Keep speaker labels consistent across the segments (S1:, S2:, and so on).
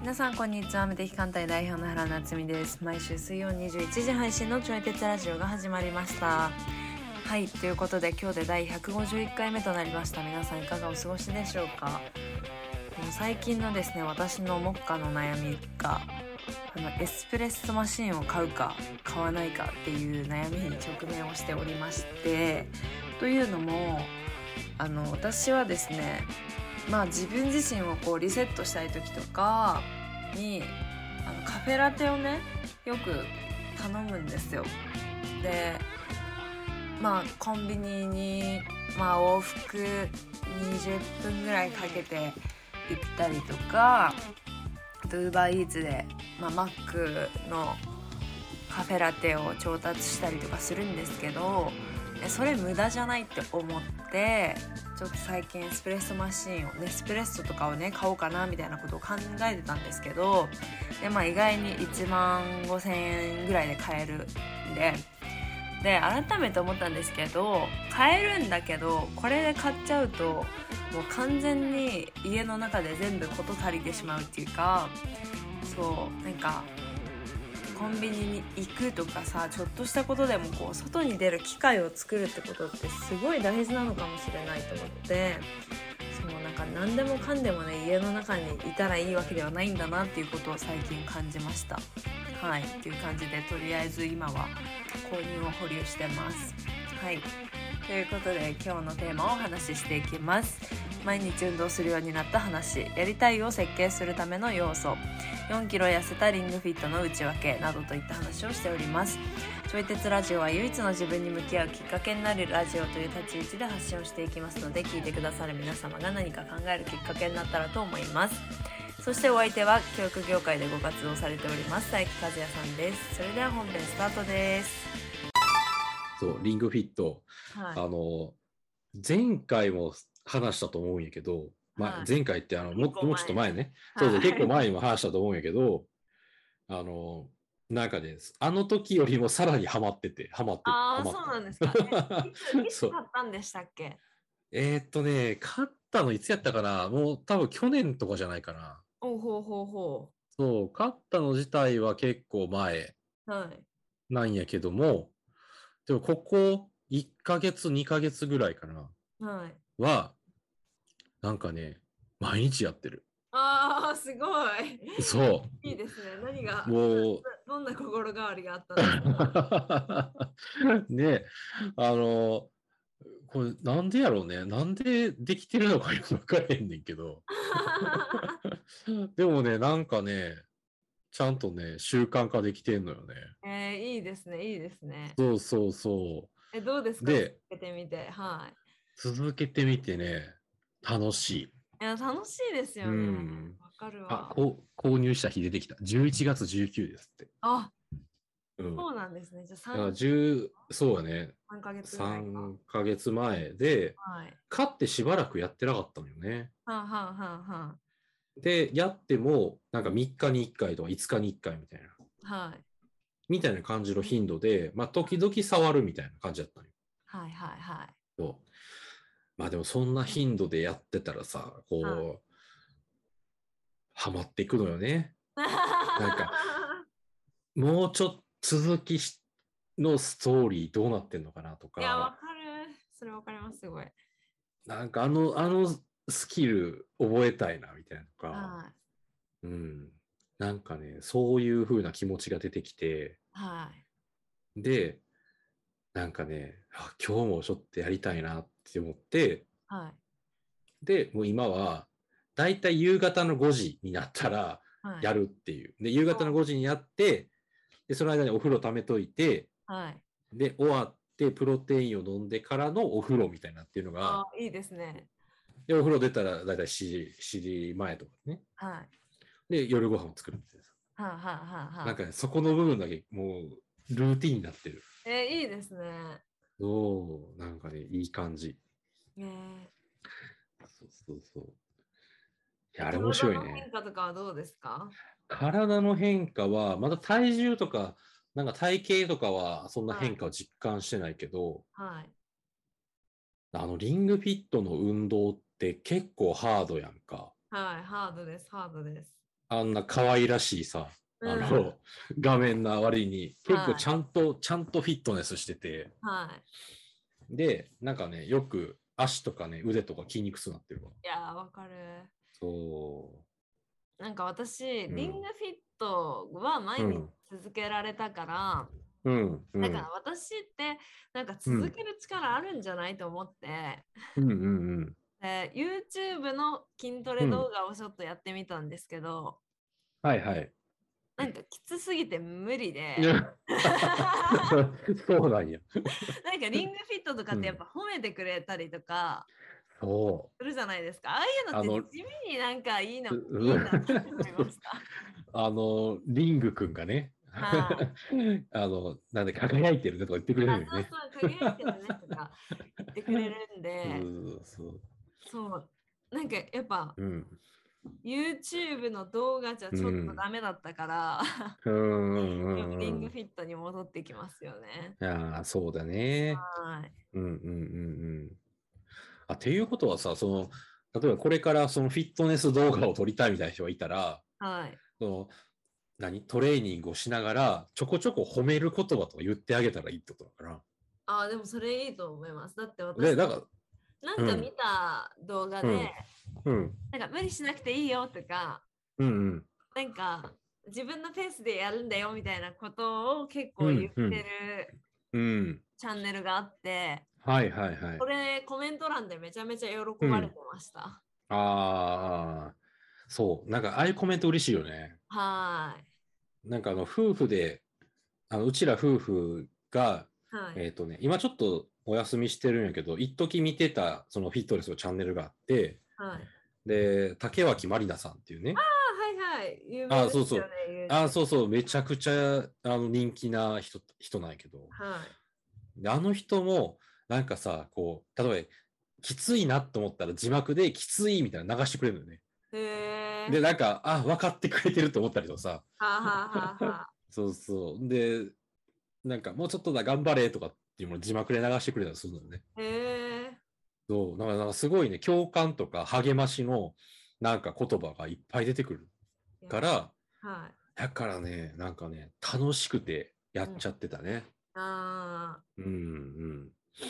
S1: 皆さんこんにちは無敵艦隊代表の原夏実です毎週水曜21時配信のちょい鉄ラジオが始まりましたはいということで今日で第151回目となりました皆さんいかがお過ごしでしょうかもう最近のですね私の目下の悩みがあのエスプレッソマシンを買うか買わないかっていう悩みに直面をしておりましてというのもあの私はですねまあ自分自身をこうリセットしたい時とかにあのカフェラテをねよく頼むんですよでまあコンビニに、まあ、往復20分ぐらいかけて行ったりとかあとウーバーイーツで、まあ、マックのカフェラテを調達したりとかするんですけどえそれ無駄じゃないって思ってちょっと最近エスプレッソマシンをネスプレッソとかをね買おうかなみたいなことを考えてたんですけどで、まあ、意外に1万5,000円ぐらいで買えるんで。で改めて思ったんですけど買えるんだけどこれで買っちゃうともう完全に家の中で全部事足りてしまうっていうかそうなんかコンビニに行くとかさちょっとしたことでもこう外に出る機会を作るってことってすごい大事なのかもしれないと思ってそうなんか何でもかんでもね家の中にいたらいいわけではないんだなっていうことを最近感じました。はいっていう感じでとりあえず今は購入を保留してます。はいということで今日のテーマをお話ししていきます毎日運動するようになった話やりたいを設計するための要素4キロ痩せたリングフィットの内訳などといった話をしておりますちょい鉄ラジオは唯一の自分に向き合うきっかけになるラジオという立ち位置で発信をしていきますので聞いてくださる皆様が何か考えるきっかけになったらと思いますそしてお相手は教育業界でご活動されております佐伯和也さんですそれでは本編スタートです
S2: そう、リングフィット。
S1: はい
S2: あの、前回も話したと思うんやけど、ま
S1: は
S2: あ
S1: い、
S2: 前回ってあのも
S1: 結
S2: っ
S1: 構
S2: と、もうちょっと前ね。
S1: はい
S2: そうそう、結構前にも話したと思うんやけど、あの、なんかね、あの時よりもさらにハマってて、ハマって
S1: あ
S2: ハ
S1: あ、
S2: マっ
S1: そ
S2: て
S1: うなんですか。いついつ
S2: そう
S1: 買ったんでしたっけ
S2: えーっとね、勝ったのいつやったかなもう多分去年とかじゃないかな。
S1: おうほうほうほ
S2: そう、勝ったの自体は結構前
S1: う。はい。
S2: なんやけども、でもここ1ヶ月、2ヶ月ぐらいかな。
S1: はい。
S2: は、なんかね、毎日やってる。
S1: ああ、すごい。
S2: そ
S1: いいですね。何が、
S2: う。もう、
S1: どんな心変わりがあったんですか
S2: ね、あの、これなんでやろうね。なんでできてるのかよくわからへんねんけど。でもね、なんかね、ちゃんとね、習慣化できてんのよね。
S1: えー、いいですね、いいですね。
S2: そうそうそう。
S1: え、どうですか
S2: で、
S1: 続けてみて。はい。
S2: 続けてみてね、楽しい。
S1: いや、楽しいですよ
S2: う
S1: ね
S2: ん。
S1: わかる
S2: あ
S1: わ、。
S2: こう購入した日出てきた。11月19ですって。
S1: あ、
S2: うん。
S1: そうなんですね。じゃあ
S2: だから
S1: 3、
S2: 10そうやね。
S1: 3ヶ月ぐらいか。
S2: 3ヶ月前で、
S1: はい。
S2: 勝ってしばらくやってなかったのよね。
S1: はんはんはんはん。
S2: で、やっても、なんか3日に1回とか5日に1回みたいな、
S1: はい。
S2: みたいな感じの頻度で、まあ、時々触るみたいな感じだったのよ。
S1: はいはいはい。
S2: そうまあでもそんな頻度でやってたらさ、こう、
S1: は
S2: ハマっていくのよね。
S1: なん
S2: か、もうちょっと続きしのストーリーどうなってんのかなと
S1: いや、わ
S2: か、
S1: かる。それわかります、すごい。
S2: なんかあの、あのスキル覚えたいなみたいなとか、
S1: はい。
S2: うん。なんかね、そういう風な気持ちが出てきて、
S1: はい。
S2: で、なんかね、あ今日もちょっとやりたいなって思って、
S1: はい。
S2: で、もう今は、だいたい夕方の5時になったら
S1: はい。
S2: やるっていう。で、夕方の5時にやって、で、その間にお風呂溜めといて、
S1: はい。
S2: で、終わって、プロテインを飲んでからのお風呂みたいなっていうの
S1: あ
S2: が、
S1: ーいいですね。
S2: で、お風呂出たらだいたい7時、7時前とかね。
S1: はい。
S2: で、夜ご飯を作るみたい
S1: はいはいはい
S2: な。
S1: はい。
S2: なんかね、そこの部分だけもう、ルーティンになってる。
S1: えーいいですね。
S2: そう、なんかね、いい感じ。
S1: えー
S2: そうそうそう。いや、あれ面白い
S1: 体の
S2: ね
S1: 変。化とかはどうですか
S2: 体の変化は、まだ体重とかなんか体型とかはそんな変化を実感してないけど、
S1: はい。
S2: あのリングフィットの運動って結構ハードやんか。
S1: はい。ハードです。ハードです。
S2: あんな可愛らしいさ、
S1: うん
S2: あの、画面の割に結
S1: は
S2: 構
S1: い
S2: ちゃんと、ちゃんとフィットネスしてて、
S1: はい。
S2: で、なんかね、よく足とかね、腕とか筋肉痛になってるわ。
S1: いやー、わかる。
S2: そ
S1: なんか私、
S2: ん
S1: リングフィットは毎日続けられたから、
S2: う。うん、うん。
S1: だから私ってなんか続ける力あるんじゃないと思って、
S2: うんうんうん。
S1: で YouTube の筋トレ動画をちょっとやってみたんですけど、
S2: はいはい。
S1: なんかきつすぎて無理で
S2: そうなんや。
S1: なんかリングフィットとかってやっぱ褒めてくれたりとか
S2: そう。
S1: するじゃないですか、ああいうの
S2: あ
S1: っ
S2: の
S1: て地味になんかいいの
S2: う
S1: いいなって思いました。
S2: あの、リングくんがね、
S1: は
S2: あの、なんだっけ、輝いてるねとか言ってくれ
S1: あ
S2: るよ
S1: そう
S2: ね。
S1: そう輝いてるねとか言ってくれるんで。
S2: そうそうそう。
S1: そう。なんかやっぱ
S2: うん。
S1: YouTube の動画じゃちょっとダメだったから、
S2: うんうんうん
S1: リン
S2: うん。
S1: グ
S2: い
S1: フィットに戻ってきますよね。
S2: やーそうだね。
S1: はい。
S2: うんうんうんうん。あ、っていうことはさ、その、例えばこれからそのフィットネス動画を撮りたいみたいな人がいたら、
S1: はい。
S2: その、何トレーニングをしながら、ちょこちょこ褒める言葉とか言ってあげたらいいってことだか
S1: ああ、でもそれいいと思います。だって私、
S2: ら。で、なんか、
S1: なんか見た動画で、
S2: うんうん、
S1: なんか無理しなくていいよとか、
S2: うんうん。
S1: なんか自分のペースでやるんだよみたいなことを結構
S2: うん
S1: 言ってる、
S2: うん。
S1: チャンネルがあって、
S2: はいはいはい
S1: こ。れコメント欄でめちゃめちゃ喜ばれてました。
S2: ああ、そう。なんか、ああいうコメント嬉しいよね。
S1: は
S2: なんか、あの、夫婦で、あの、うちら夫婦が、
S1: い。はい。
S2: えっ、とね、今ちょっとお休みしてるんやけど、一時見てた、そのフィットネスのチャンネルがあって、
S1: はい
S2: で、竹脇まりなさんっていうね。
S1: あはいはい。有名
S2: あ
S1: です
S2: そうそう
S1: よね有名
S2: ああ、そうそう、めちゃくちゃ、あの、人気な人、人なんやけど。
S1: はい。
S2: で、あの人も、なんかさ、こう、例えば、きついなと思ったら字幕できついみたいなの流してくれるのよね。
S1: へえ。
S2: で、なんか、あ、分かってくれてると思ったりとかさ、
S1: はあはあはあはあ
S2: そうそう。で、なんか、もうちょっとだ、頑張れとかっていうものを字幕で流してくれたりするのよね。
S1: へえ。
S2: そう、なんか、なんかすごいね、共感とか励ましの、なんか言葉がいっぱい出てくるから、
S1: はい。
S2: だからね、なんかね、楽しくてやっちゃってたね。
S1: あ
S2: うん、うん、
S1: ー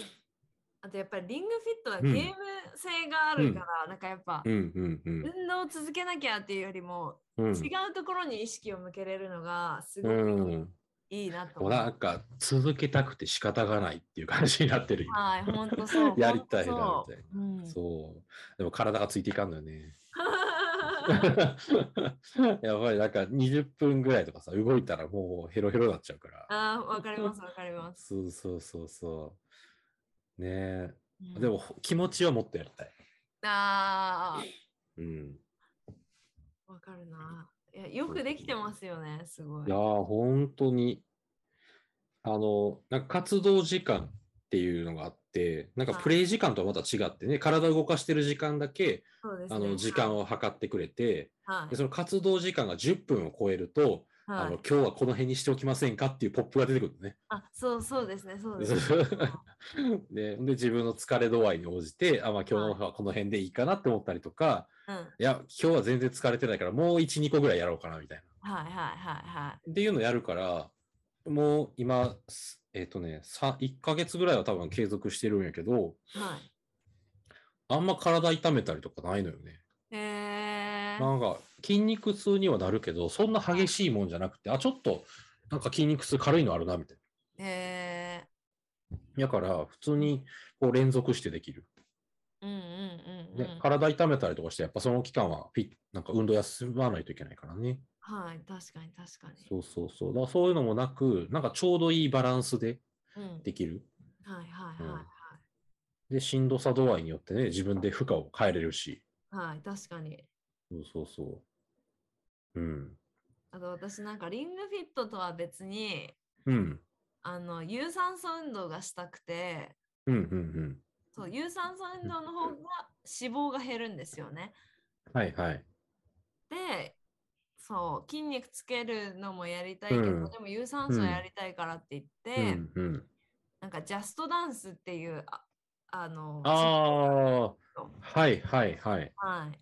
S1: あとやっぱりリングフィットは
S2: う
S1: ゲ
S2: ん
S1: ーム性があるから、なんかやっぱ、
S2: うん、うん、うん
S1: 運動を続けなきゃっていうよりも、
S2: うん。
S1: 違うところに意識を向けれるのがすご
S2: う
S1: く
S2: ん。
S1: いいなと
S2: も
S1: 思
S2: う
S1: う。
S2: なんか、続けたくて仕方がないっていう感じになってる。
S1: はい、本当そう。
S2: やりたい、やり
S1: ほんと
S2: たい。
S1: そう。うん、
S2: そう。でも体がついていかんのよね。 やばい、なんか20分ぐらいとかさ、動いたらもうヘロヘロになっちゃうから。
S1: あーわかります、わかり ます。
S2: そうそうそうそう。ね
S1: うん
S2: え。でも、気持ちはもっとやりたい。
S1: あ
S2: うん。
S1: あ、わかるな。いや、よくできてますよね、すごい。
S2: いやー、本当に。あの、なんか活動時間っていうのがあって、なんか
S1: はい
S2: プレイ時間とはまた違ってね、体を動かしてる時間だけ、
S1: そうです
S2: あ
S1: ね。
S2: の、時間を測ってくれて、
S1: はい
S2: で、その活動時間が10分を超えると、あ
S1: は
S2: の、
S1: い
S2: 今。日はこの辺にしておきませんかっていうポップが出てくるのね。
S1: あ、そうそうですね、そうですね。
S2: でで、自分の疲れ度合いに応じて、あ、まあ今日のはこの辺でいいかなって思ったりとか、
S1: うん、はい
S2: いや、今日は全然疲れてないから、もう1、2個ぐらいやろうかな、みたい
S1: はいはいはい。
S2: な。っていうのやるから、もう今、すえっ、とね、さ1ヶ月ぐらいは多分継続してるんやけど、
S1: はい。
S2: あんま体痛めたりとかないのよね。
S1: えー、
S2: なんか、筋肉痛にはなるけど、そんな激しいもんじゃなくて、あ、ちょっと、なんか筋肉痛軽いのあるな、みたい
S1: え
S2: な。だから、普通に、こう連続してできる。
S1: ー、うんうんうんう
S2: ね
S1: ん。
S2: 体痛めたりとかして、やっぱその期間はフィッなんか運動休まないといけないからね。
S1: はい、確かに確かに。
S2: そうそうそう。だからそういうのもなく、なんかちょうどいいバランスで
S1: うん、
S2: できる。
S1: はいはい
S2: うん
S1: は
S2: で、しんどさ度合いによってね、自分で負荷を変えれるし。
S1: いはい。はい、確かに。
S2: そうそうそう。うん。
S1: あと私なんかリングフィットとは別に、
S2: うん。
S1: あの、有酸素運動がしたくて、
S2: うんうんうん。
S1: そう、有酸素運動の方が脂肪が減るんですよね。
S2: はいはい。
S1: で、そう筋肉つけるのもやりたいけど、
S2: うん
S1: でも有酸素やりたいからって言って、
S2: うんうん。
S1: なんかジャストダンスっていうああの
S2: ああ、はいはいはい。
S1: はい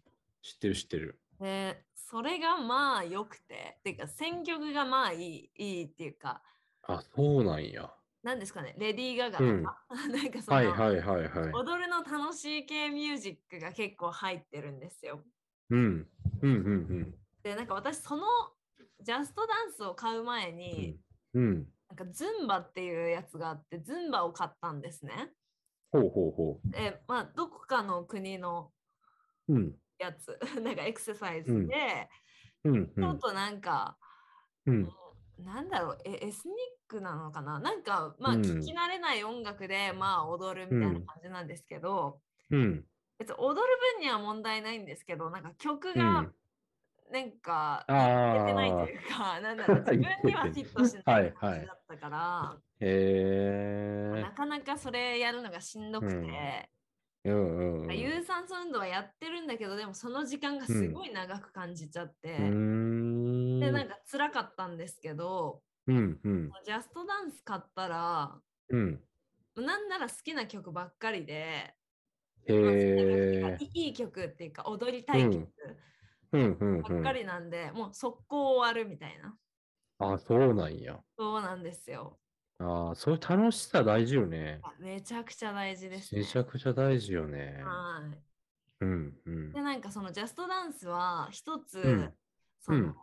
S2: 知ってる知ってる。
S1: でそれがまあ良くてっていうか選曲がまあいいいいっていうか
S2: あ、そうなんや。
S1: なんですかねレディー・ガガ
S2: うん
S1: とか、 なんかその、
S2: はいはいはいはい。
S1: 踊るの楽しい系ミュージックが結構入ってるんですよ。
S2: うん。うんうん
S1: でなんか私そのジャストダンスを買う前
S2: う
S1: に
S2: ん、。うん。うん。
S1: なんかズンバっていうやつがあってズンバを買ったんですね。
S2: ほうほうほ
S1: でまあどこかの国の
S2: う。うん。
S1: やつ なんかエクササイズで、
S2: うんうんう
S1: ちょっ
S2: ん。
S1: となんか、
S2: うん。
S1: なんだろうえエスニックなのかななんかまあ
S2: うん
S1: 聞き慣れない音楽で、まあ踊るみたいな感じなんですけど、
S2: うん。
S1: 別に踊る分には問題ないんですけどなんか曲
S2: う
S1: が
S2: ん。
S1: なんか、
S2: あ
S1: 出てないと
S2: あ
S1: い。うか、なんだろう、自分にはフィットしな
S2: はいいはい
S1: 感じだったから、
S2: へ
S1: なかなかそれやるのがしんどくて、
S2: え。うんうんうん。
S1: 有酸素運動はやってるんだけど、でもその時間がすごい長く感じちゃって、
S2: うーん。
S1: で、なんか辛かったんですけど、
S2: うんうん
S1: ジャストダンス買ったら、
S2: うん。
S1: なんなら好きな曲ばっかりで、
S2: へ
S1: まあ好きな曲っていうか
S2: え。
S1: いいい曲っていうか踊りたい曲
S2: うんうん
S1: ば
S2: う
S1: っか
S2: ん。
S1: りなんで、もう速攻終わるみたいな。
S2: あ、そうなんや。
S1: そうなんですよ。
S2: ああ、そういう楽しさ大事よね。
S1: あめちゃくちゃ大事です、ね。
S2: めちゃくちゃ大事よね。
S1: はい。
S2: うんうん
S1: で。なんかそのジャストダンスは一つ、
S2: うん
S1: その、
S2: うん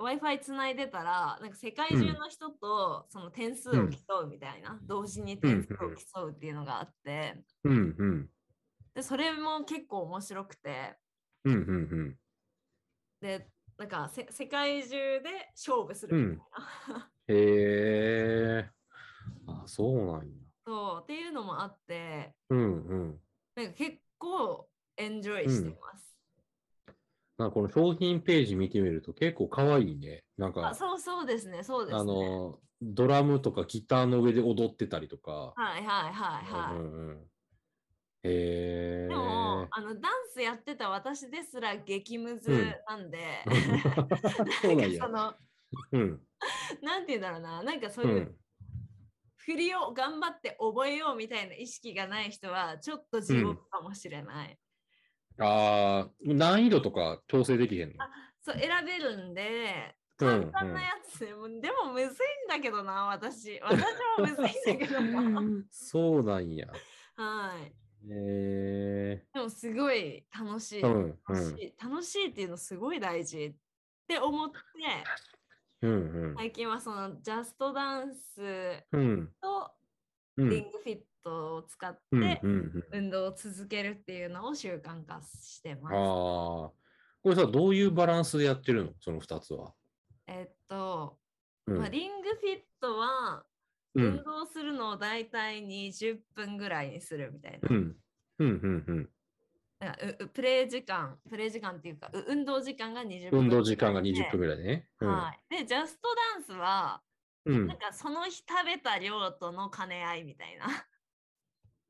S1: Wi-Fi つないでたらなんか世界中の人とその点数を競うみたいな、同時に点数を競うっていうのがあって
S2: うんうん。
S1: でそれも結構面白くて
S2: うんうん
S1: でなんかせ世界中で勝負す
S2: うん。う
S1: るみたい
S2: ん。へえ。あ、そうなんや。
S1: な、そうっていうのもあって
S2: うんうん。
S1: なんか結構エンジョイしてます。
S2: なんかこの商品ページ見てみると結構可愛いね。なんか、
S1: あそうそうですねそうですね。
S2: あの、ドラムとかギターの上で踊ってたりとか。
S1: はいはいはいはい。
S2: うんうんうん。へえ。
S1: で も、あのダンスやってた私ですら激ムズ
S2: うん
S1: なんで、
S2: そうなん
S1: な
S2: や
S1: ん。かそ
S2: うん。
S1: の、なんて言うんだろうな、なんかそう
S2: う。
S1: いうん振りを頑張って覚えようみたいな意識がない人は、ちょっと地獄かもしれない。
S2: ああ、難易度とか調整できへんの
S1: そう、選べるんで、
S2: う
S1: 簡
S2: ん
S1: 単なやつで、もうでもむずいんだけどな、私。私もむずいんだけど な。
S2: うん。そうなんや。
S1: はい。
S2: へえ。
S1: でもすごい楽しい。
S2: うんう
S1: 楽し
S2: ん。
S1: い楽しいっていうのすごい大事って思って、
S2: うん
S1: 最近はそのジャストダンス
S2: うん。うん。
S1: と
S2: うん。
S1: リングフィットを使っ
S2: うん
S1: て
S2: うんうん。
S1: 運動を続けるっていうのを習慣化して
S2: ああ
S1: ます。
S2: ー。これさ、どういうバランスでやってるのその二つは。
S1: えっと、
S2: うん
S1: まあ、リングフィットは
S2: う
S1: 運
S2: ん。
S1: 動するのを大体20分ぐらいにするみたいな。
S2: うん。うんうんうん。
S1: だからううプレイ時間、プレイ時間っていうか、う運動時間が20分。
S2: 運動時間が20分ぐらいね。うん
S1: はい。で、ジャストダンスは、
S2: う
S1: なん
S2: ん。
S1: かその日食べた量との兼ね合いみたいな。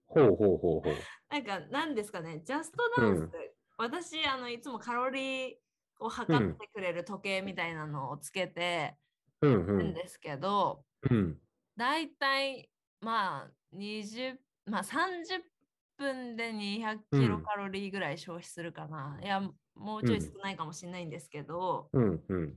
S2: ほうほうほうほう。
S1: なんか何ですかね、ジャストダンス、
S2: うん
S1: 私あのいつもカロリーを測ってくれる時計みたいなのをつけて
S2: うんう
S1: るん
S2: ん。
S1: ですけど、
S2: うん。
S1: だいたいまあ20まあ30分で200キロカロリーぐらい消費するかな。いやもうちょ
S2: う
S1: い
S2: ん
S1: 少ないかもしれないんですけど、
S2: うんうん。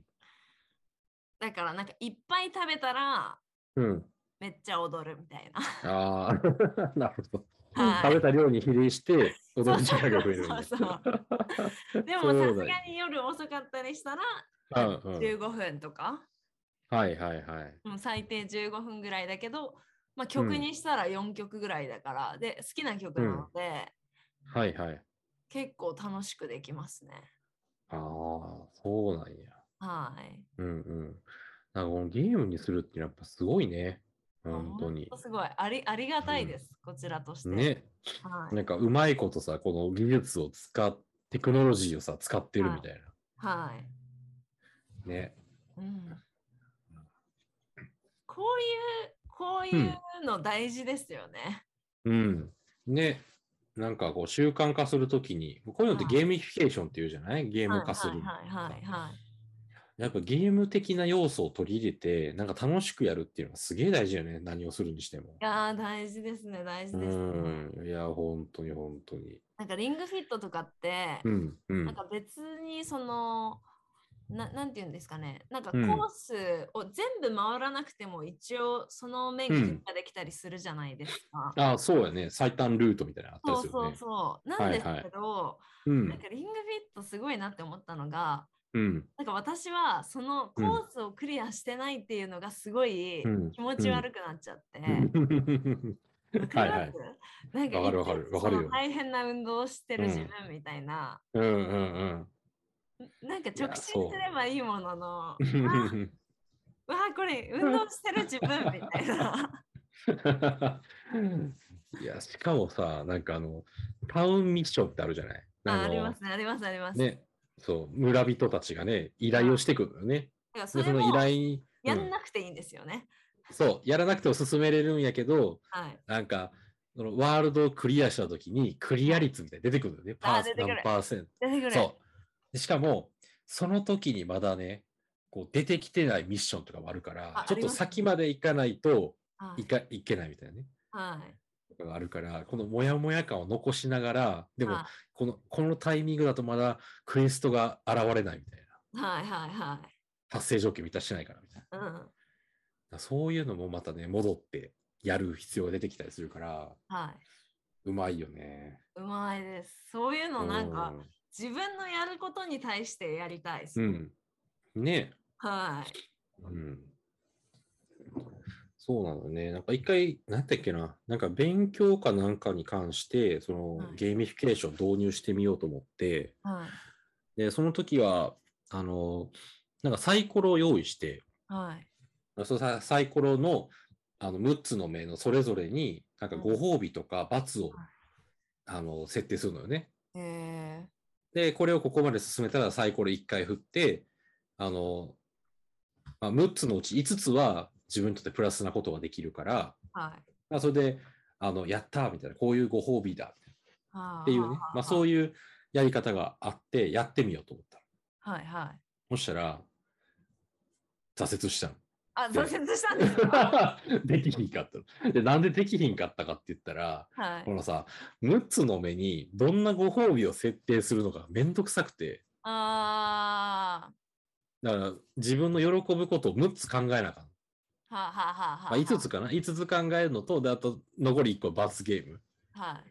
S1: だからなんかいっぱい食べたら
S2: うん。
S1: めっちゃ踊るみたい な。
S2: ああ、 なるほど。
S1: はい
S2: 食べた量に比例して、踊る時間が増えるんだ。
S1: そうそうでもさすがに夜遅かったりしたら
S2: そうだね。
S1: 15分とか。
S2: うんうん。はいはいはい。
S1: もう最低15分ぐらいだけど、まあ、曲にしたら4曲ぐらいだから、で好きな曲なので、
S2: はいはい。
S1: 結構楽しくできますね。
S2: ああ、そうなんや。
S1: はい。
S2: うんうん。なんかこのゲームにするってやっぱすごいね。本当に
S1: ほんと。すごいありありがたいです、こちらとして。
S2: ね。
S1: はい。
S2: なんかうまいことさ、この技術を使っ、テクノロジーをさ、使ってるみたい
S1: はい
S2: な。ね。
S1: うん、こういうこういうの大事ですよね。
S2: うん。ね。なんかこう習慣化するときに、こういうのって
S1: はい
S2: ゲーミフィケーションっていうじゃないゲーム化する。
S1: はいはいはいはい、はい
S2: やっぱゲーム的な要素を取り入れて、なんか楽しくやるっていうのはすげえ大事よね。何をするにしても。
S1: やー大事ですね大事
S2: う
S1: ですね、
S2: ん。いや、本当に本当に。
S1: なんかリングフィットとかって、
S2: うん。う
S1: なん
S2: ん。
S1: か別にそのななんて言うんですかねなんかコ
S2: うん
S1: ースを全部回らなくても一応その面
S2: うん
S1: 積ができたりするじゃないですか。
S2: ああ、そうやね。最短ルートみたいなのあったり
S1: そ
S2: す
S1: う
S2: るよ
S1: そ
S2: ね。
S1: うそう。な
S2: は
S1: ん
S2: い
S1: です
S2: はい
S1: けど、
S2: う
S1: なん
S2: ん。
S1: かリングフィットすごいなって思ったのが
S2: うん。
S1: なんか私はそのコ
S2: うん
S1: ースをクリアしてないっていうのがすごい
S2: うん
S1: 気持ち悪くなっちゃって。わか
S2: は
S1: りま
S2: い
S1: す
S2: はい。
S1: なんか
S2: わかるわ
S1: 一見
S2: かるわかるよ
S1: その大変な運動をしてる
S2: うん
S1: 自分みたいな、
S2: うんうん
S1: なんか
S2: や
S1: 直進す
S2: そう
S1: ればいいものの
S2: うん。
S1: わあこれ運動してる自分みたいな。
S2: いや、しかもさ、なんかあの、タウンミッションってあるじゃない
S1: あ
S2: の
S1: ありますねありますあります。
S2: ね。そう、村人たちがね、依頼をしてくるのよね。
S1: だからそ
S2: で、
S1: れ
S2: その依
S1: も
S2: 頼に、
S1: や
S2: うん
S1: んなくていいんですよね。
S2: そう、やらなくても進めれるんやけど、
S1: はい。
S2: なんか、そのワールドをクリアしたときに、クリア率みたいなの出てくるのよね。
S1: あ
S2: パー
S1: ー出
S2: セン
S1: てくる
S2: 何パーセント。
S1: 出てくる。
S2: そう。でしかも、その時にまだね、こう出てきてないミッションとかもあるから
S1: あ、
S2: ち
S1: あ
S2: ょっ
S1: り
S2: と
S1: ますね
S2: 先まで行かないと
S1: はいい。
S2: かいけないみたいなね。
S1: はい
S2: とかがあるから、このモヤモヤ感を残しながら、でも
S1: は、
S2: この、このタイミングだとまだクエストが現れないみたいな。
S1: いはいはいは
S2: 達成条件満たしてないからみたいな。だか
S1: い。うん。
S2: らそういうのもまたね、戻ってやる必要が出てきたりするから、
S1: は
S2: うまいよね。
S1: い。うまいです。そういうのなんか
S2: うん
S1: 自分のやることに対してやりたいです。
S2: うん。ね
S1: はい。
S2: え。うん。そうなのね。なんか一回、なんだっけな。なんか勉強かなんかに関して、その
S1: はい
S2: ゲーミフィケーション導入してみようと思って、
S1: はい。
S2: で、その時は、あの、なんかサイコロを用意して、
S1: はい。
S2: そのササイコロのあの6つの目のそれぞれに、なんかご褒美とか罰を、
S1: はい
S2: あの、設定するのよね。
S1: え
S2: で、これをここまで進めたらサイコロ1回振って、あの、まあ、6つのうち5つは自分にとってプラスなことができるから、
S1: ー、はい。
S2: まあ、それで、あの、やったーみたいな、こういうご褒美だ
S1: はあ
S2: っていうね、まあ、そういうやり方があって、やってみようと思った。
S1: はいはい。
S2: そしたら、挫折したの。
S1: あ、
S2: で
S1: 挫折したんですか
S2: できひんかったの。で、なんでできひんかったかって言ったら、
S1: はい
S2: こ。のさ、6つの目にどんなご褒美を設定するのかめんどくさくて、
S1: あ
S2: だから自分の喜ぶことを6つ考えなあかん。
S1: あ。はあはあはあは
S2: ま
S1: あ。
S2: あ、5つかな ?5 つ考えるのと、で、あと残り1個罰ゲーム
S1: は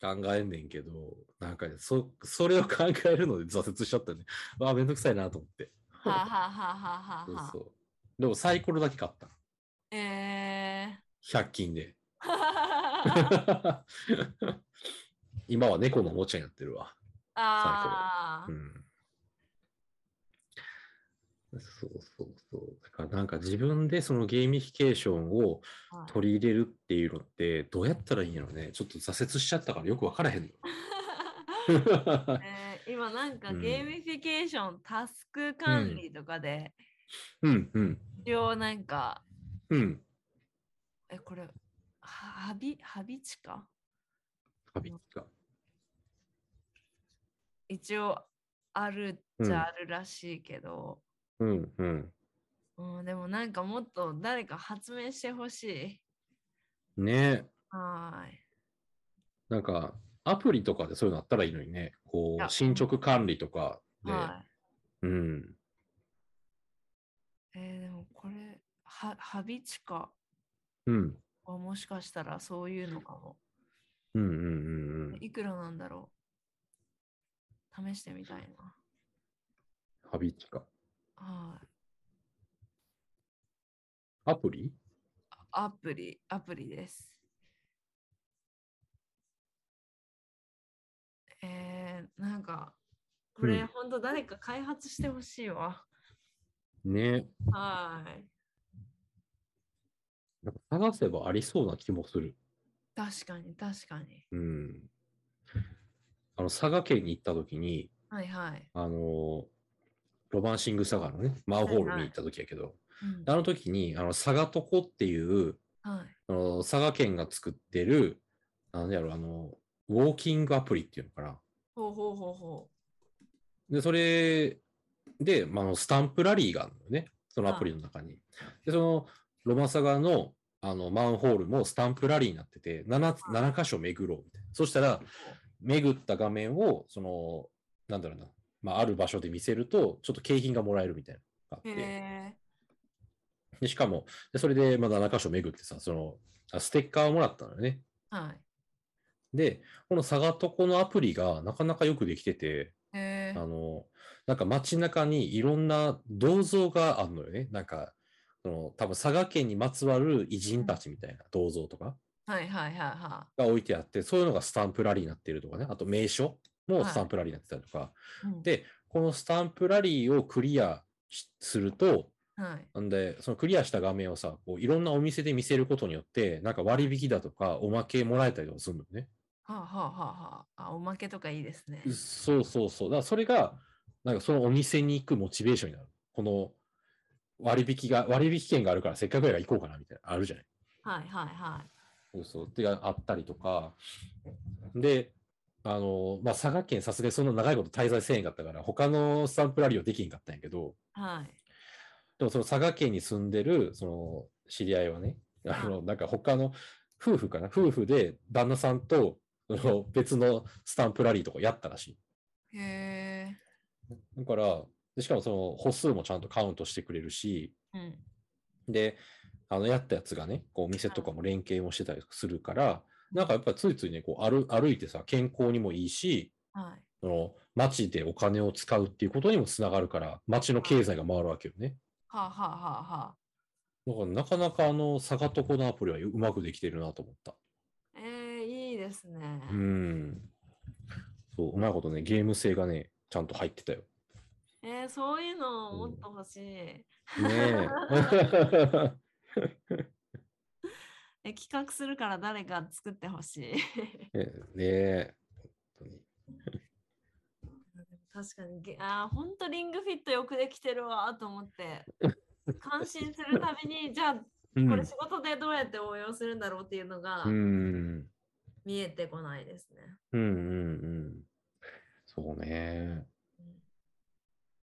S2: 考えんねんけど、なんかね、そ、それを考えるので挫折しちゃったね。 わあ、めんどくさいなと思って。
S1: い。はあはあはあは
S2: そ
S1: あ
S2: う
S1: はあ
S2: そ。う。でもサイコロだけ買った。
S1: え
S2: 100均で。
S1: ー。
S2: 今は猫のおもちゃになってるわ。
S1: あ
S2: う
S1: ー
S2: ん。そうそうそう。だからなんか自分でそのゲーミフィケーションを
S1: はい
S2: 取り入れるっていうのってどうやったらいいんやろねちょっと挫折しちゃったからよく分からへん の。
S1: えー今なんか
S2: うん
S1: ゲーミフィケーション、タスク管理とかで
S2: うんうん
S1: 一応なんか
S2: うん。
S1: えこれはハビハビチか
S2: カビか。
S1: 一応あるっちゃあるらしいけど、
S2: うんうん。
S1: うん、でもなんかもっと誰か発明してほしい
S2: ねえ。
S1: はーい
S2: なんかアプリとかでそういうのあったらいいのにね。こ
S1: いうや
S2: 進捗管理とかで。
S1: はい
S2: うん。
S1: えーでもこれはハビチカ
S2: うん。
S1: はもしかしたらそういうのかも
S2: うんうんうんうん。
S1: いくらなんだろう試してみたいな
S2: ハビチか。
S1: はい
S2: アプリ
S1: アプリアプリですえー、なんかこ
S2: う
S1: れ
S2: ん
S1: ほんと誰か開発してほしいわ、
S2: ね
S1: はーい
S2: なんか探せばありそうな気もする。
S1: 確かに確かに
S2: うん。あの、佐賀県に行った時に、
S1: はいはい、
S2: あのーロマンシングサガのね、マンホールに行った時やけど、
S1: うん
S2: あの時に、あの、サガトコっていう、
S1: はい、
S2: あの佐賀県が作ってる、なんやろ、あの、ウォーキングアプリっていうのかな。
S1: ほうほうほうほ
S2: で、それで、まああの、スタンプラリーがあるのよね。そのアプリの中に。で、その、ロマサガの、あの、マンホールもスタンプラリーになってて、7、7箇所巡ろうみたいな。そしたら、巡った画面を、その、なんだろうな、まあ、ある場所で見せると、ちょっと景品がもらえるみたいなのがあって。
S1: へ
S2: で、しかも、でそれで、まあ、7箇所巡ってさ、その、あステッカーをもらったのよね。
S1: ーはい。
S2: で、このサガトコのアプリがなかなかよくできてて、
S1: へ
S2: あ
S1: ー
S2: の、なんか街中にいろんな銅像があるのよね。なんか、その多分佐賀県にまつわる偉人たちみたいな銅像とか
S1: はいはいはいは
S2: が置いてあって、そういうのがスタンプラリーになってるとかね。あと名所も
S1: はい
S2: スタンプラリーになってたりとか。
S1: い。うん
S2: で、このスタンプラリーをクリアしすると、
S1: はい。
S2: なんで、そのクリアした画面をさ、こういろんなお店で見せることによって、なんか割引だとかおまけもらえたりとかするのよね。
S1: はあはあはあはあ。あ、おまけとかいいですね。
S2: そうそうそう。だからそれが、なんかそのお店に行くモチベーションになる。この割引が、割引券があるからせっかくやから行こうかなみたいな、あるじゃない。
S1: はいはいは
S2: そうそう。ってがあったりとか。で、あの、まあ、佐賀県さすがにそんな長いこと滞在せえへんかったから、他のスタンプラリーはできへんかったんやけど、
S1: い。はい。
S2: でもその佐賀県に住んでる、その知り合いはね、あの、なんか他の夫婦かな夫婦で旦那さんと、その別のスタンプラリーとかやったらしい。
S1: へ
S2: だから、でしかもその歩数もちゃんとカウントしてくれるし、
S1: え。うん。
S2: で、あの、やったやつがね、こう、お店とかも連携もしてたりするから、なんかやっぱついついね、こう歩、歩いてさ、健康にもいいし、
S1: はい。
S2: その、街でお金を使うっていうことにもつながるから、街の経済が回るわけよね。
S1: はあはあはあはあ。
S2: だから、なかなかあの、サガトコのアプリはうまくできてるなと思った。
S1: えー、いいですね。
S2: うん。そう、うまいことね、ゲーム性がね、ちゃんと入ってたよ。
S1: えー、そういうのも
S2: うん
S1: っと欲しい。
S2: ねえ。
S1: え企画するから誰か作ってほしい。
S2: ねね え。本当に
S1: 確かに、げあーほんとリングフィットよくできてるわと思って。感心するたびに、じゃあ
S2: うん
S1: これ仕事でどうやって応用するんだろうっていうのが
S2: うん。
S1: 見えてこないですね。
S2: うんうんうん。そうね。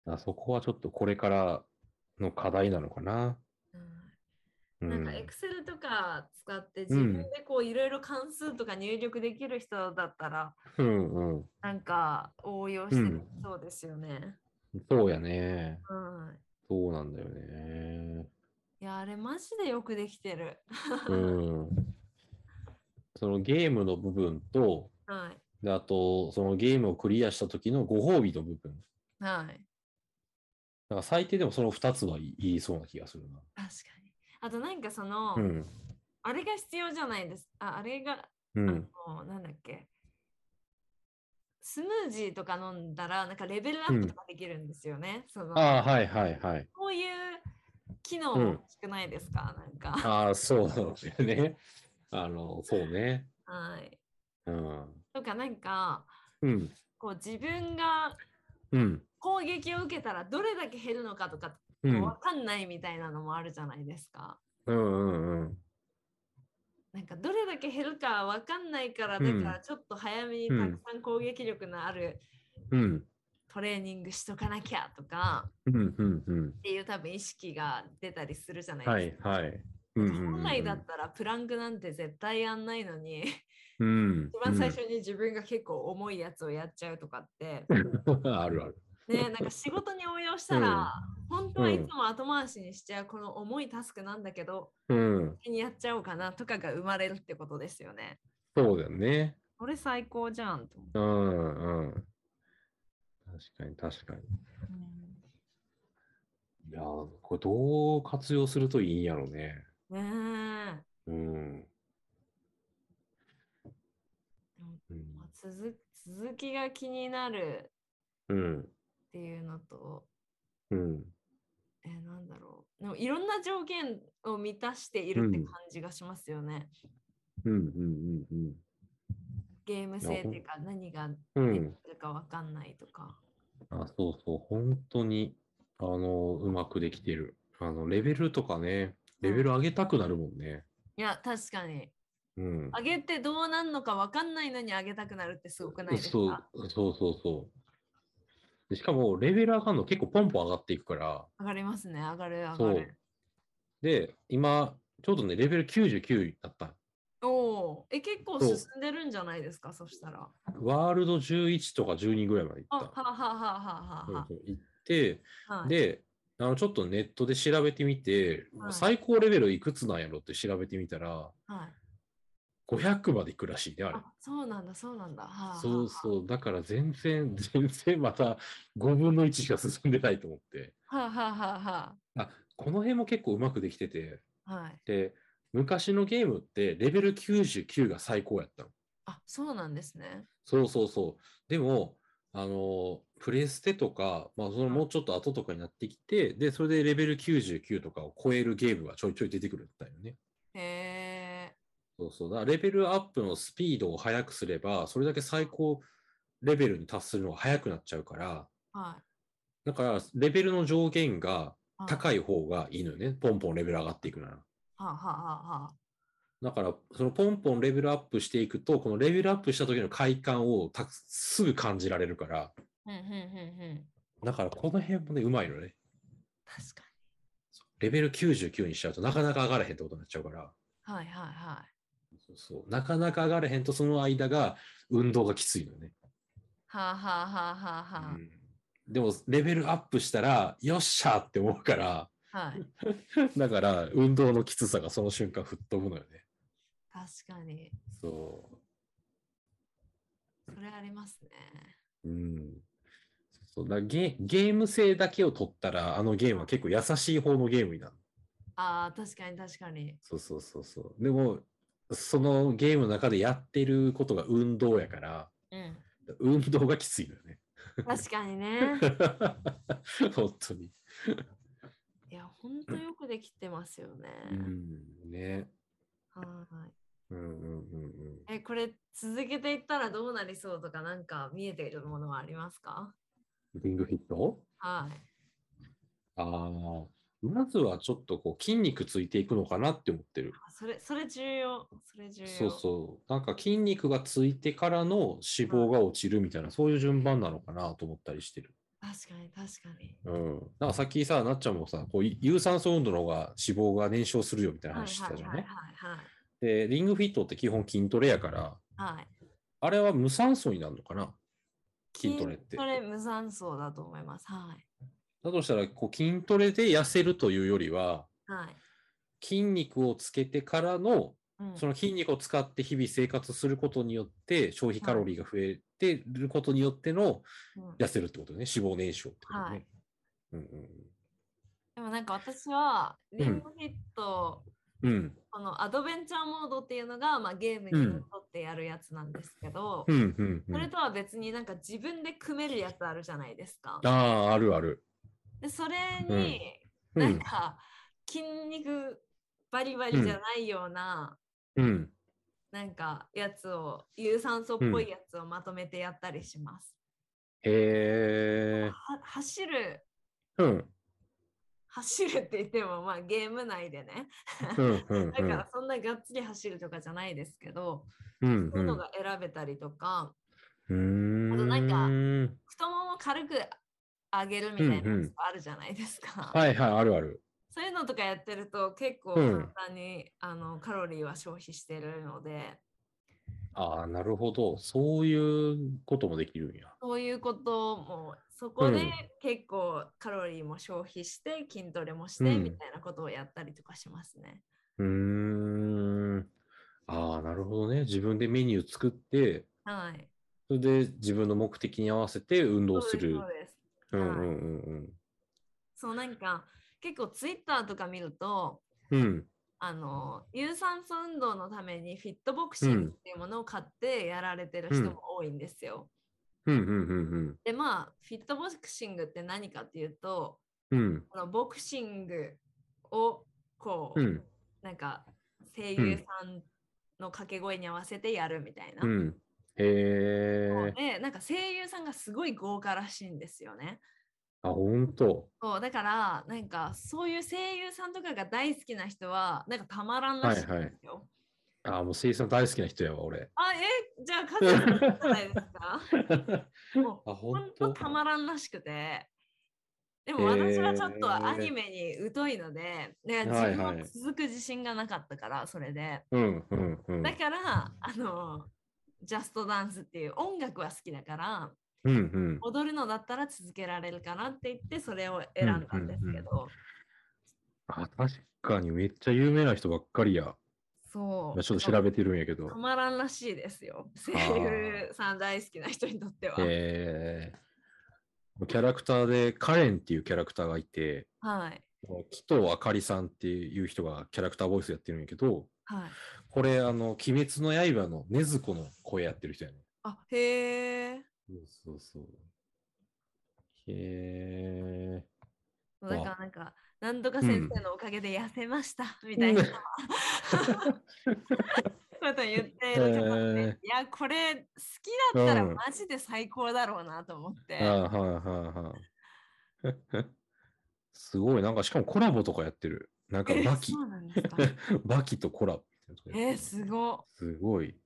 S2: あそこはちょっとこれからの課題なのかな。う
S1: うん
S2: ん、
S1: なんかエクセルとか使って自
S2: うん
S1: 分でこういろいろ関数とか入力できる人だったら
S2: うんうん。
S1: なんか応用して
S2: うん
S1: そうですよね。
S2: そうやね。
S1: うん、
S2: そうなんだよね。
S1: いやあれマジでよくできてる。
S2: うん。そのゲームの部分と、
S1: はい
S2: であと、そのゲームをクリアした時のご褒美の部分。
S1: はい
S2: なんか最低でもその2つは言いそうな気がするな。
S1: 確かに。あとなんかその、
S2: うん。
S1: あれが必要じゃないです。ああれが
S2: うん。
S1: あのなんだっけスムージーとか飲んだらなんかレベルアップとかできるんですよね。その
S2: ああ、はいはいはい。
S1: こういう機能
S2: うん
S1: も欲しくないですか、なんか。
S2: ああ、そうなんだよね。あの、そうね。
S1: はい。
S2: うん。
S1: とかなんか
S2: うん。
S1: こう自分が
S2: うん。
S1: 攻撃を受けたらどれだけ減るのかとか
S2: う
S1: 分
S2: ん。
S1: かんないみたいなのもあるじゃないですか。
S2: うんうんうん。
S1: なんかどれだけ減るか分かんないから
S2: う
S1: だか
S2: ん
S1: らちょっと早めに
S2: う
S1: た
S2: ん
S1: くさん攻撃力のある
S2: うん。
S1: トレーニングしとかなきゃとか
S2: うんうんうん
S1: っ。ていう多分意識が出たりするじゃない
S2: は
S1: で
S2: い
S1: すか。
S2: はい。うんうんうん
S1: 本来だったらプランクなんて絶対やんないの に一
S2: うん。一
S1: 番最初に自分が結構重いやつをやっちゃうとかって、
S2: あるある。
S1: ねなんか仕事に応用したら、本当はいつも後回しにしちゃうこの重いタスクなんだけど
S2: うん。
S1: 先にやっちゃおうかなとかが生まれるってことですよね。
S2: そうだよね。
S1: これ最高じゃんと思って
S2: うんうん。確かに確かに。いやー、これどう活用するといいんやろうね。
S1: ねえ
S2: うん。うん。
S1: まあ続続きが気になる
S2: うん。
S1: っていうのと、
S2: うん。
S1: えーなんだろうでもいろんな条件を満たしているって
S2: うん
S1: 感じがしますよね。
S2: うんうんうん
S1: ゲーム
S2: い
S1: 性
S2: や
S1: って
S2: ほん
S1: いうか何が
S2: うん。う
S1: でき
S2: ん。
S1: るかわかんないとか。
S2: あ、そうそう。本当に、あの、うまくできてる。あの、レベルとかね、レベル上げたくなるもんね。
S1: いや確かに
S2: うん。
S1: 上げてどうなんのかわかんないのに上げたくなるってすごくないですか
S2: そうそうそうそでしかも、レベル上がるの結構ポンポン上がっていくから、
S1: 上がりますね。上がる、上
S2: そ
S1: が
S2: う
S1: る。。
S2: で、今、ちょうどね、レベル99になった。
S1: おおー。え、結構
S2: そう
S1: 進んでるんじゃないですか、そしたら。
S2: ワールド11とか12ぐらいまで
S1: あ、は
S2: 行っ
S1: あ
S2: た。
S1: はあは
S2: そ
S1: あは
S2: うそう行って、
S1: あはあ。はい、
S2: で、あのちょっとネットで調べてみて、
S1: はい
S2: 最高レベルいくつなんやろって調べてみたら、
S1: はい。
S2: 500まで行くらしいね、あれ。
S1: あ、そうなんだ、そうなんだ。はあはあ
S2: そうそう、だから全然、 全然また5分の1しか進んでないと思って。
S1: はあはあはあは
S2: あ、この辺も結構うまくできてて、
S1: あ。はい。
S2: で、昔のゲームってレベル99が最高やったの。
S1: あ、そうなんですね。
S2: そうそうそう。でも、あの、プレステとか、まあ、そのもうちょっと後とかになってきて、で、それでレベル99とかを超えるゲームがちょいちょい出てくるんだよね。
S1: へえ。
S2: そうそう。だからレベルアップのスピードを速くすれば、それだけ最高レベルに達するのが速くなっちゃうから、
S1: はい。
S2: だから、レベルの上限が
S1: はい
S2: 高い方がいいのよね。ポンポンレベル上がっていくなら。
S1: はあはあはあは
S2: だから、そのポンポンレベルアップしていくと、このレベルアップした時の快感をたすぐ感じられるから、
S1: あ。うんうんうんうん。
S2: だからこの辺もね、うまいのね。
S1: 確か
S2: レベル99にしちゃうとなかなか上がらへんってことになっちゃうから、
S1: に。はいはいはい。
S2: そうそうなかなか上がらへんとその間が運動がきついのよね。
S1: はあはあはあはあは
S2: うんでも、レベルアップしたら、よっしゃーって思うから、
S1: あ。はい。
S2: だから運動のきつさがその瞬間吹っ飛ぶのよね。
S1: 確かに。
S2: そう。
S1: それありますね。
S2: うんそうだゲゲーム性だけを取ったら、あのゲームは結構優しい方のゲームになる。
S1: ああ、確かに確かに。
S2: そうそうそうそう。でも、そのゲームの中でやってることが運動やから、
S1: うん。
S2: 運動がきついのよね。
S1: 確かに ね。
S2: 本当に。
S1: いや、ほんとよくできてますよね。
S2: うん、ね。
S1: はーい。
S2: うんうんうんうん。
S1: え、これ続けていったらどうなりそうとか、なんか見えているものはありますか
S2: リングフィット
S1: はい。
S2: ああ。まずはちょっとこう筋肉ついていくのかなって思ってる。
S1: あそれ、それ重要。それ重要。
S2: そうそう。なんか筋肉がついてからの脂肪が落ちるみたいな、そういう順番なのかなと思ったりしてる。
S1: 確かに確かに。
S2: うん。なんかさっきさ、なっちゃんもさ、こうい有酸素運動の方が脂肪が燃焼するよみたいな
S1: はい
S2: 話して
S1: は
S2: た
S1: い
S2: じゃん
S1: はい
S2: ね。
S1: はい
S2: で、リングフィットって基本筋トレやから、
S1: はい。はい、
S2: あれは無酸素になるのかな筋トレって。
S1: それ無酸素だと思います。はい。
S2: だとしたら、こう筋トレで痩せるというよりは、
S1: はい。
S2: 筋肉をつけてからの、
S1: うん、
S2: その筋肉を使って日々生活することによって、消費カロリーが増えてることによっての、
S1: うん
S2: 痩せるってことね。脂肪燃焼ってことね。
S1: はい
S2: うん
S1: でもなんか私は、リン
S2: うん
S1: グフィット、
S2: うんうん。
S1: このアドベンチャーモードっていうのが、まあ、ゲームに
S2: うん
S1: のっとってやるやつなんですけど、
S2: うんうんうんう
S1: それ
S2: ん。
S1: とは別になんか自分で組めるやつあるじゃないですか。
S2: ああ、あるある。
S1: でそれに、
S2: う
S1: なん
S2: ん。
S1: か筋肉バリバリじゃないような、
S2: うん。
S1: なんかやつを有酸素っぽいやつをまとめてやったりします。
S2: へえ。
S1: は走る
S2: うん。
S1: 走るって言ってもまあゲーム内でね
S2: うんうん
S1: だからそんながっつり走るとかじゃないですけど、
S2: うん。
S1: そういうの
S2: う
S1: が選べたりとか
S2: ん。
S1: あとなんか
S2: うーん
S1: 太ももを軽く上げるみたいなやつあるじゃないですか、
S2: はいはい、あるある。
S1: そういうのとかやってると結構
S2: うん
S1: 簡単に、あのカロリーは消費してるので
S2: ああ、なるほど。そういうこともできるんや。
S1: そういうこともそこで
S2: うん
S1: 結構カロリーも消費して筋トレもして
S2: うん
S1: みたいなことをやったりとかしますね。
S2: うーん。ああ、なるほどね。自分でメニュー作って、
S1: はい。
S2: それで自分の目的に合わせて運動する
S1: そう。です。
S2: う
S1: うです
S2: んう
S1: はい
S2: んうん
S1: そうなんか結構ツイッターとか見ると
S2: うん。うん。
S1: あの有酸素運動のためにフィットボクシングっていうものを買ってやられてる人も多いんですよ。
S2: うんうんうん
S1: でまあフィットボクシングって何かっていうと
S2: うん。うん。
S1: あのボクシングをこう、
S2: うん
S1: なんか声優さんの掛け声に合わせてやるみたいな。
S2: うん。へえ。
S1: でなんか声優さんがすごい豪華らしいんですよね。
S2: あ、ほんと。
S1: そうだからなんかそういう声優さんとかが大好きな人はなんかたまらん
S2: は
S1: ら
S2: い
S1: しいん
S2: はい
S1: ですよ。
S2: ああ、もう生産大好きな人やわ、 俺。
S1: あ、え、じゃあカズさんじゃないです かもう
S2: あ、
S1: ほ
S2: 本
S1: んと
S2: 当
S1: たまらんらしくて。でも
S2: へー
S1: 私はちょっとアニメに疎いので、ね
S2: はい
S1: 自分
S2: はい
S1: は続く自信がなかったから、それで。
S2: うん、うん、うん
S1: だ。から、あの、ジャストダンスっていう音楽は好きだから、
S2: うん、うん。
S1: 踊るのだったら続けられるかなって言って、それを選んだんですけど、
S2: あ、確かにめっちゃ有名な人ばっかりや。
S1: そう。
S2: 今ちょっと調べてるんやけど
S1: た。まらんらしいですよ。声優さん大好きな人にとっては。
S2: えー、キャラクターでカレンっていうキャラクターがいて、
S1: はい。
S2: 紀藤あかりさんっていう人がキャラクターボイスやってるんやけど、
S1: はい。
S2: これ、あの、鬼滅の刃の禰豆子の声やってる人やね。
S1: あ、へえ。
S2: そうそうそう。へえ。
S1: だ
S2: わ
S1: からなんか、なんとか先生のおかげで痩せました、みたいなこと言ってる方もね
S2: へ
S1: い
S2: ー
S1: や、これ好きだったら
S2: うん
S1: マジで最高だろうなと思って。
S2: ああはいはいはい。 すごい、なんかしかもコラボとかやってる。なんか
S1: え
S2: バキ
S1: そ、うなんですか
S2: バキとコラボみたいなとこや
S1: え
S2: ってる
S1: すご
S2: すごい。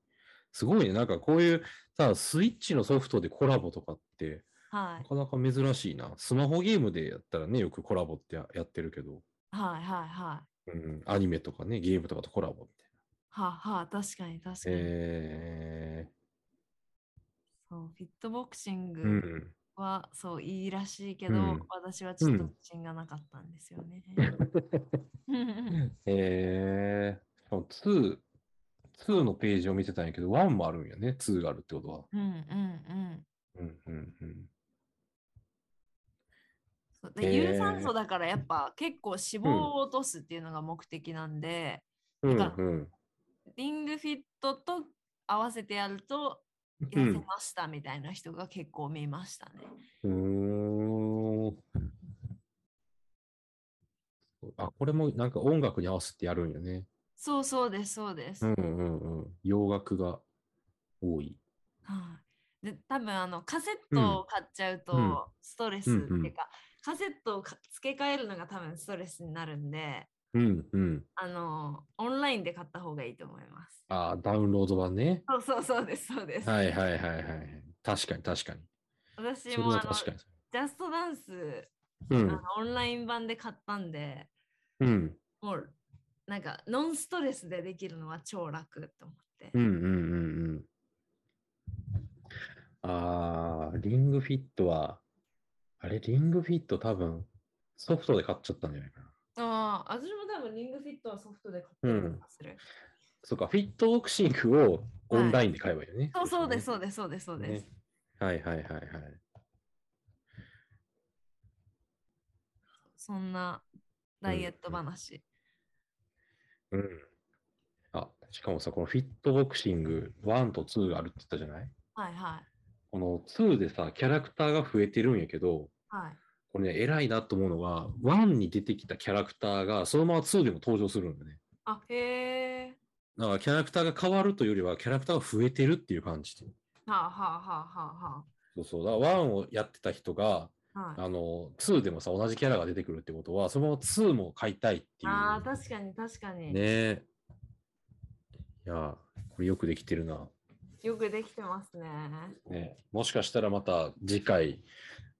S2: すごいね。なんかこういう、さ、スイッチのソフトでコラボとかって、
S1: い。は。
S2: ないかなか珍しいな。スマホゲームでやったらね、よくコラボってややってるけど、
S1: はいはいはい。
S2: うん、アニメとかね、ゲームとかとコラボみたいな。
S1: はあ、はあ、確かに確かに、
S2: え
S1: そう。フィットボクシン
S2: ー、
S1: グ。
S2: うん。
S1: はそういいらしいけど、
S2: うん
S1: 私はちょっと
S2: うん
S1: 自信がなかったんですよね。 うん
S2: えー、しかも2、2のページを見てたんやけど、1もあるんやね、2があるってことは。
S1: うんうん。
S2: うんうんうん。
S1: そうで、
S2: へー
S1: 有酸素だからやっぱ結構脂肪を落とすっていうのが目的なんで、
S2: うん
S1: なんか
S2: うん。
S1: リングフィットと合わせてやると
S2: う
S1: 痩せ
S2: ん
S1: ましたみたいな人が結構見ましたね。
S2: うーん。あ、これもなんか音楽に合わせてやるんよね。
S1: そうそうですそうです。
S2: うんうんうん。洋楽が多い。
S1: はい、で多分あのカセッ
S2: うん
S1: トを買っちゃう
S2: うん
S1: とストレスって
S2: う
S1: い
S2: ん
S1: うか、
S2: うん
S1: カセットをか付け替えるのが多分ストレスになるんで
S2: うんうん。
S1: あのオンラインで買った方がいいと思います。
S2: ああ、ダウンロード版ね。
S1: そうそうそうですそうです。
S2: はいはいはいはい。確かに確かに。そ
S1: 私
S2: れ
S1: も
S2: は
S1: あの
S2: 確
S1: ジ
S2: かに。
S1: ャストダンス、
S2: う
S1: あの
S2: ん。
S1: オンライン版で買ったんで
S2: うん。
S1: もうなんかノンストレスでできるのは超楽と思って。
S2: うんうんうんうん。ああ、リングフィットは、あれ、リングフィット多分、ソフトで買っちゃったんじゃないかな。
S1: ああ私も多分リングフィットはソフトで買ったりとかする。
S2: そうか、フィットボクシングをオンラインで買えばいいよね。
S1: そうそうです
S2: ね
S1: そうですそうですそうです。
S2: ねはいはいはいはい。
S1: そんなダイエット話。
S2: うん。あ、しかもさ、このフィットボクシング1と2があるって言ったじゃない
S1: はいはい。
S2: この2でさ、キャラクターが増えてるんやけど、
S1: はい。
S2: これね、偉いなと思うのが、1に出てきたキャラクターが、そのまま2でも登場するんだね。
S1: あ、へえ。
S2: だからキャラクターが変わるというよりは、キャラクターが増えてるっていう感じ。
S1: はあはあは
S2: そうそう。だから1をやってた人が、
S1: あはあはあ。はい、
S2: あの、2でもさ、同じキャラが出てくるってことは、そのまま2も買いたいっていう。
S1: ああ、確かに確かに、
S2: ねえ。いや、これよくできてるな。
S1: よくできてますね。
S2: ね、もしかしたらまた次回、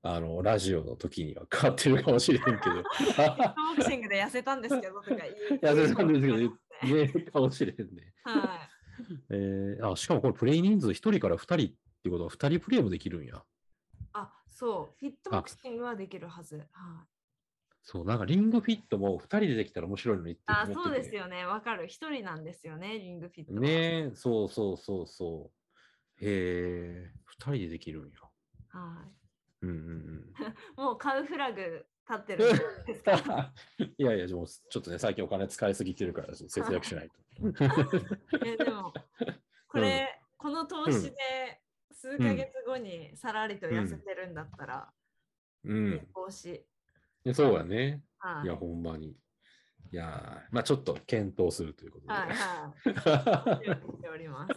S2: あの、ラジオの時には変わってるかもしれんけ
S1: ボクシングで痩せたんですけどとか言い
S2: 痩せたんですけど
S1: 言いますね
S2: ど、ねえ、かもしれんね。
S1: はい。
S2: えーあ、しかもこれプレイ人数1人から2人ってことは2人プレイもできるんや。
S1: あ、そう。フィットボクシングはできるはず。はい、
S2: そう、なんかリングフィットも2人でできたら面白いのにって
S1: あ
S2: 思ってて
S1: そうですよね。わかる。一人なんですよね、リングフィットは。
S2: ねえ、そうそうそうそう。へえ、2人でできるんや。
S1: はい、
S2: うんうんうん。
S1: もう買うフラグ立ってるんじゃないですか。
S2: いやいや、でもちょっとね、最近お金使いすぎてるから節 約しない
S1: えで もこれ、この投資で数ヶ月後にさらりと痩せてるんだったら、
S2: と。うん。
S1: 投資、
S2: でそうやね。
S1: はい
S2: いや、ほんまに。いやー、まあちょっと検討するということで。
S1: はいは
S2: はい
S1: しております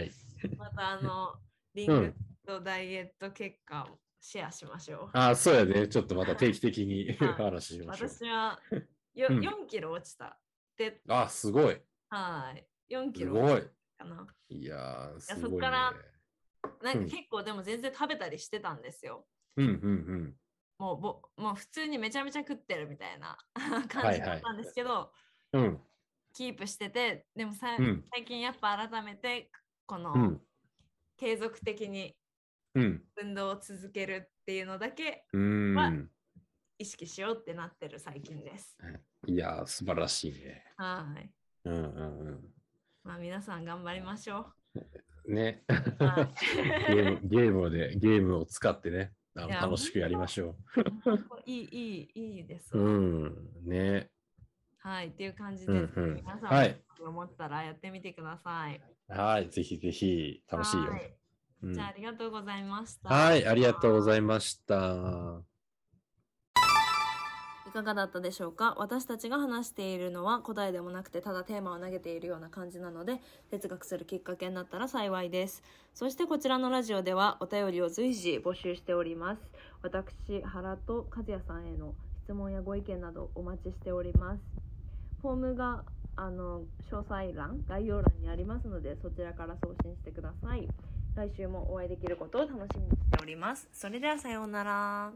S2: い。
S1: またあのリングとダイエット結果をシェアしましょう、
S2: あー、そうやね。ちょっとまた定期的に
S1: はい
S2: 話しましょう。
S1: 私はよ
S2: うん
S1: 4キロ落ちたで
S2: あー、すごい。
S1: はい。4キ
S2: す
S1: ロ
S2: ごい。
S1: かな。
S2: いやー、す
S1: そ
S2: ご
S1: っ
S2: い、
S1: か
S2: ね。
S1: らなんか
S2: うん
S1: 結構でも全然食べたりしてたんですよ。
S2: うんうん
S1: もうぼもう普通にめちゃめちゃ食ってるみたいな 感
S2: は
S1: じ
S2: いは
S1: だ
S2: い
S1: ったんですけど、
S2: うん。うん
S1: キープしてて、でもさ、
S2: うん
S1: 最近やっぱ改めてこの、
S2: うん
S1: 継続的に
S2: うん
S1: 運動を続けるっていうのだけ
S2: うん。
S1: 意識しようってなってる最近です。
S2: いやー、素晴らしいね。
S1: はい。
S2: うんうん
S1: まあ皆さん頑張りましょ
S2: うん。ね。
S1: う。はい
S2: ゲームゲームで、ゲームを使ってね、あの
S1: いや
S2: 楽しくやりましょ
S1: いい、 いい、いいです。
S2: う。うん。ね。
S1: はい、っていう感じ
S2: うん
S1: で
S2: う
S1: す。
S2: ん
S1: 皆さん、
S2: はい、
S1: 思ったらやってみてください。
S2: はい。ぜひぜひ、楽しいよ。
S1: は
S2: うん
S1: じゃあ、ありがとうございました。
S2: はい。ありがとうございました。
S1: いかがだったでしょうか私たちが話しているのは答えでもなくてただテーマを投げているような感じなので哲学するきっかけになったら幸いですそしてこちらのラジオではお便りを随時募集しております私原と和也さんへの質問やご意見などお待ちしておりますフォームがあの詳細欄概要欄にありますのでそちらから送信してください来週もお会いできることを楽しみにしておりますそれではさようなら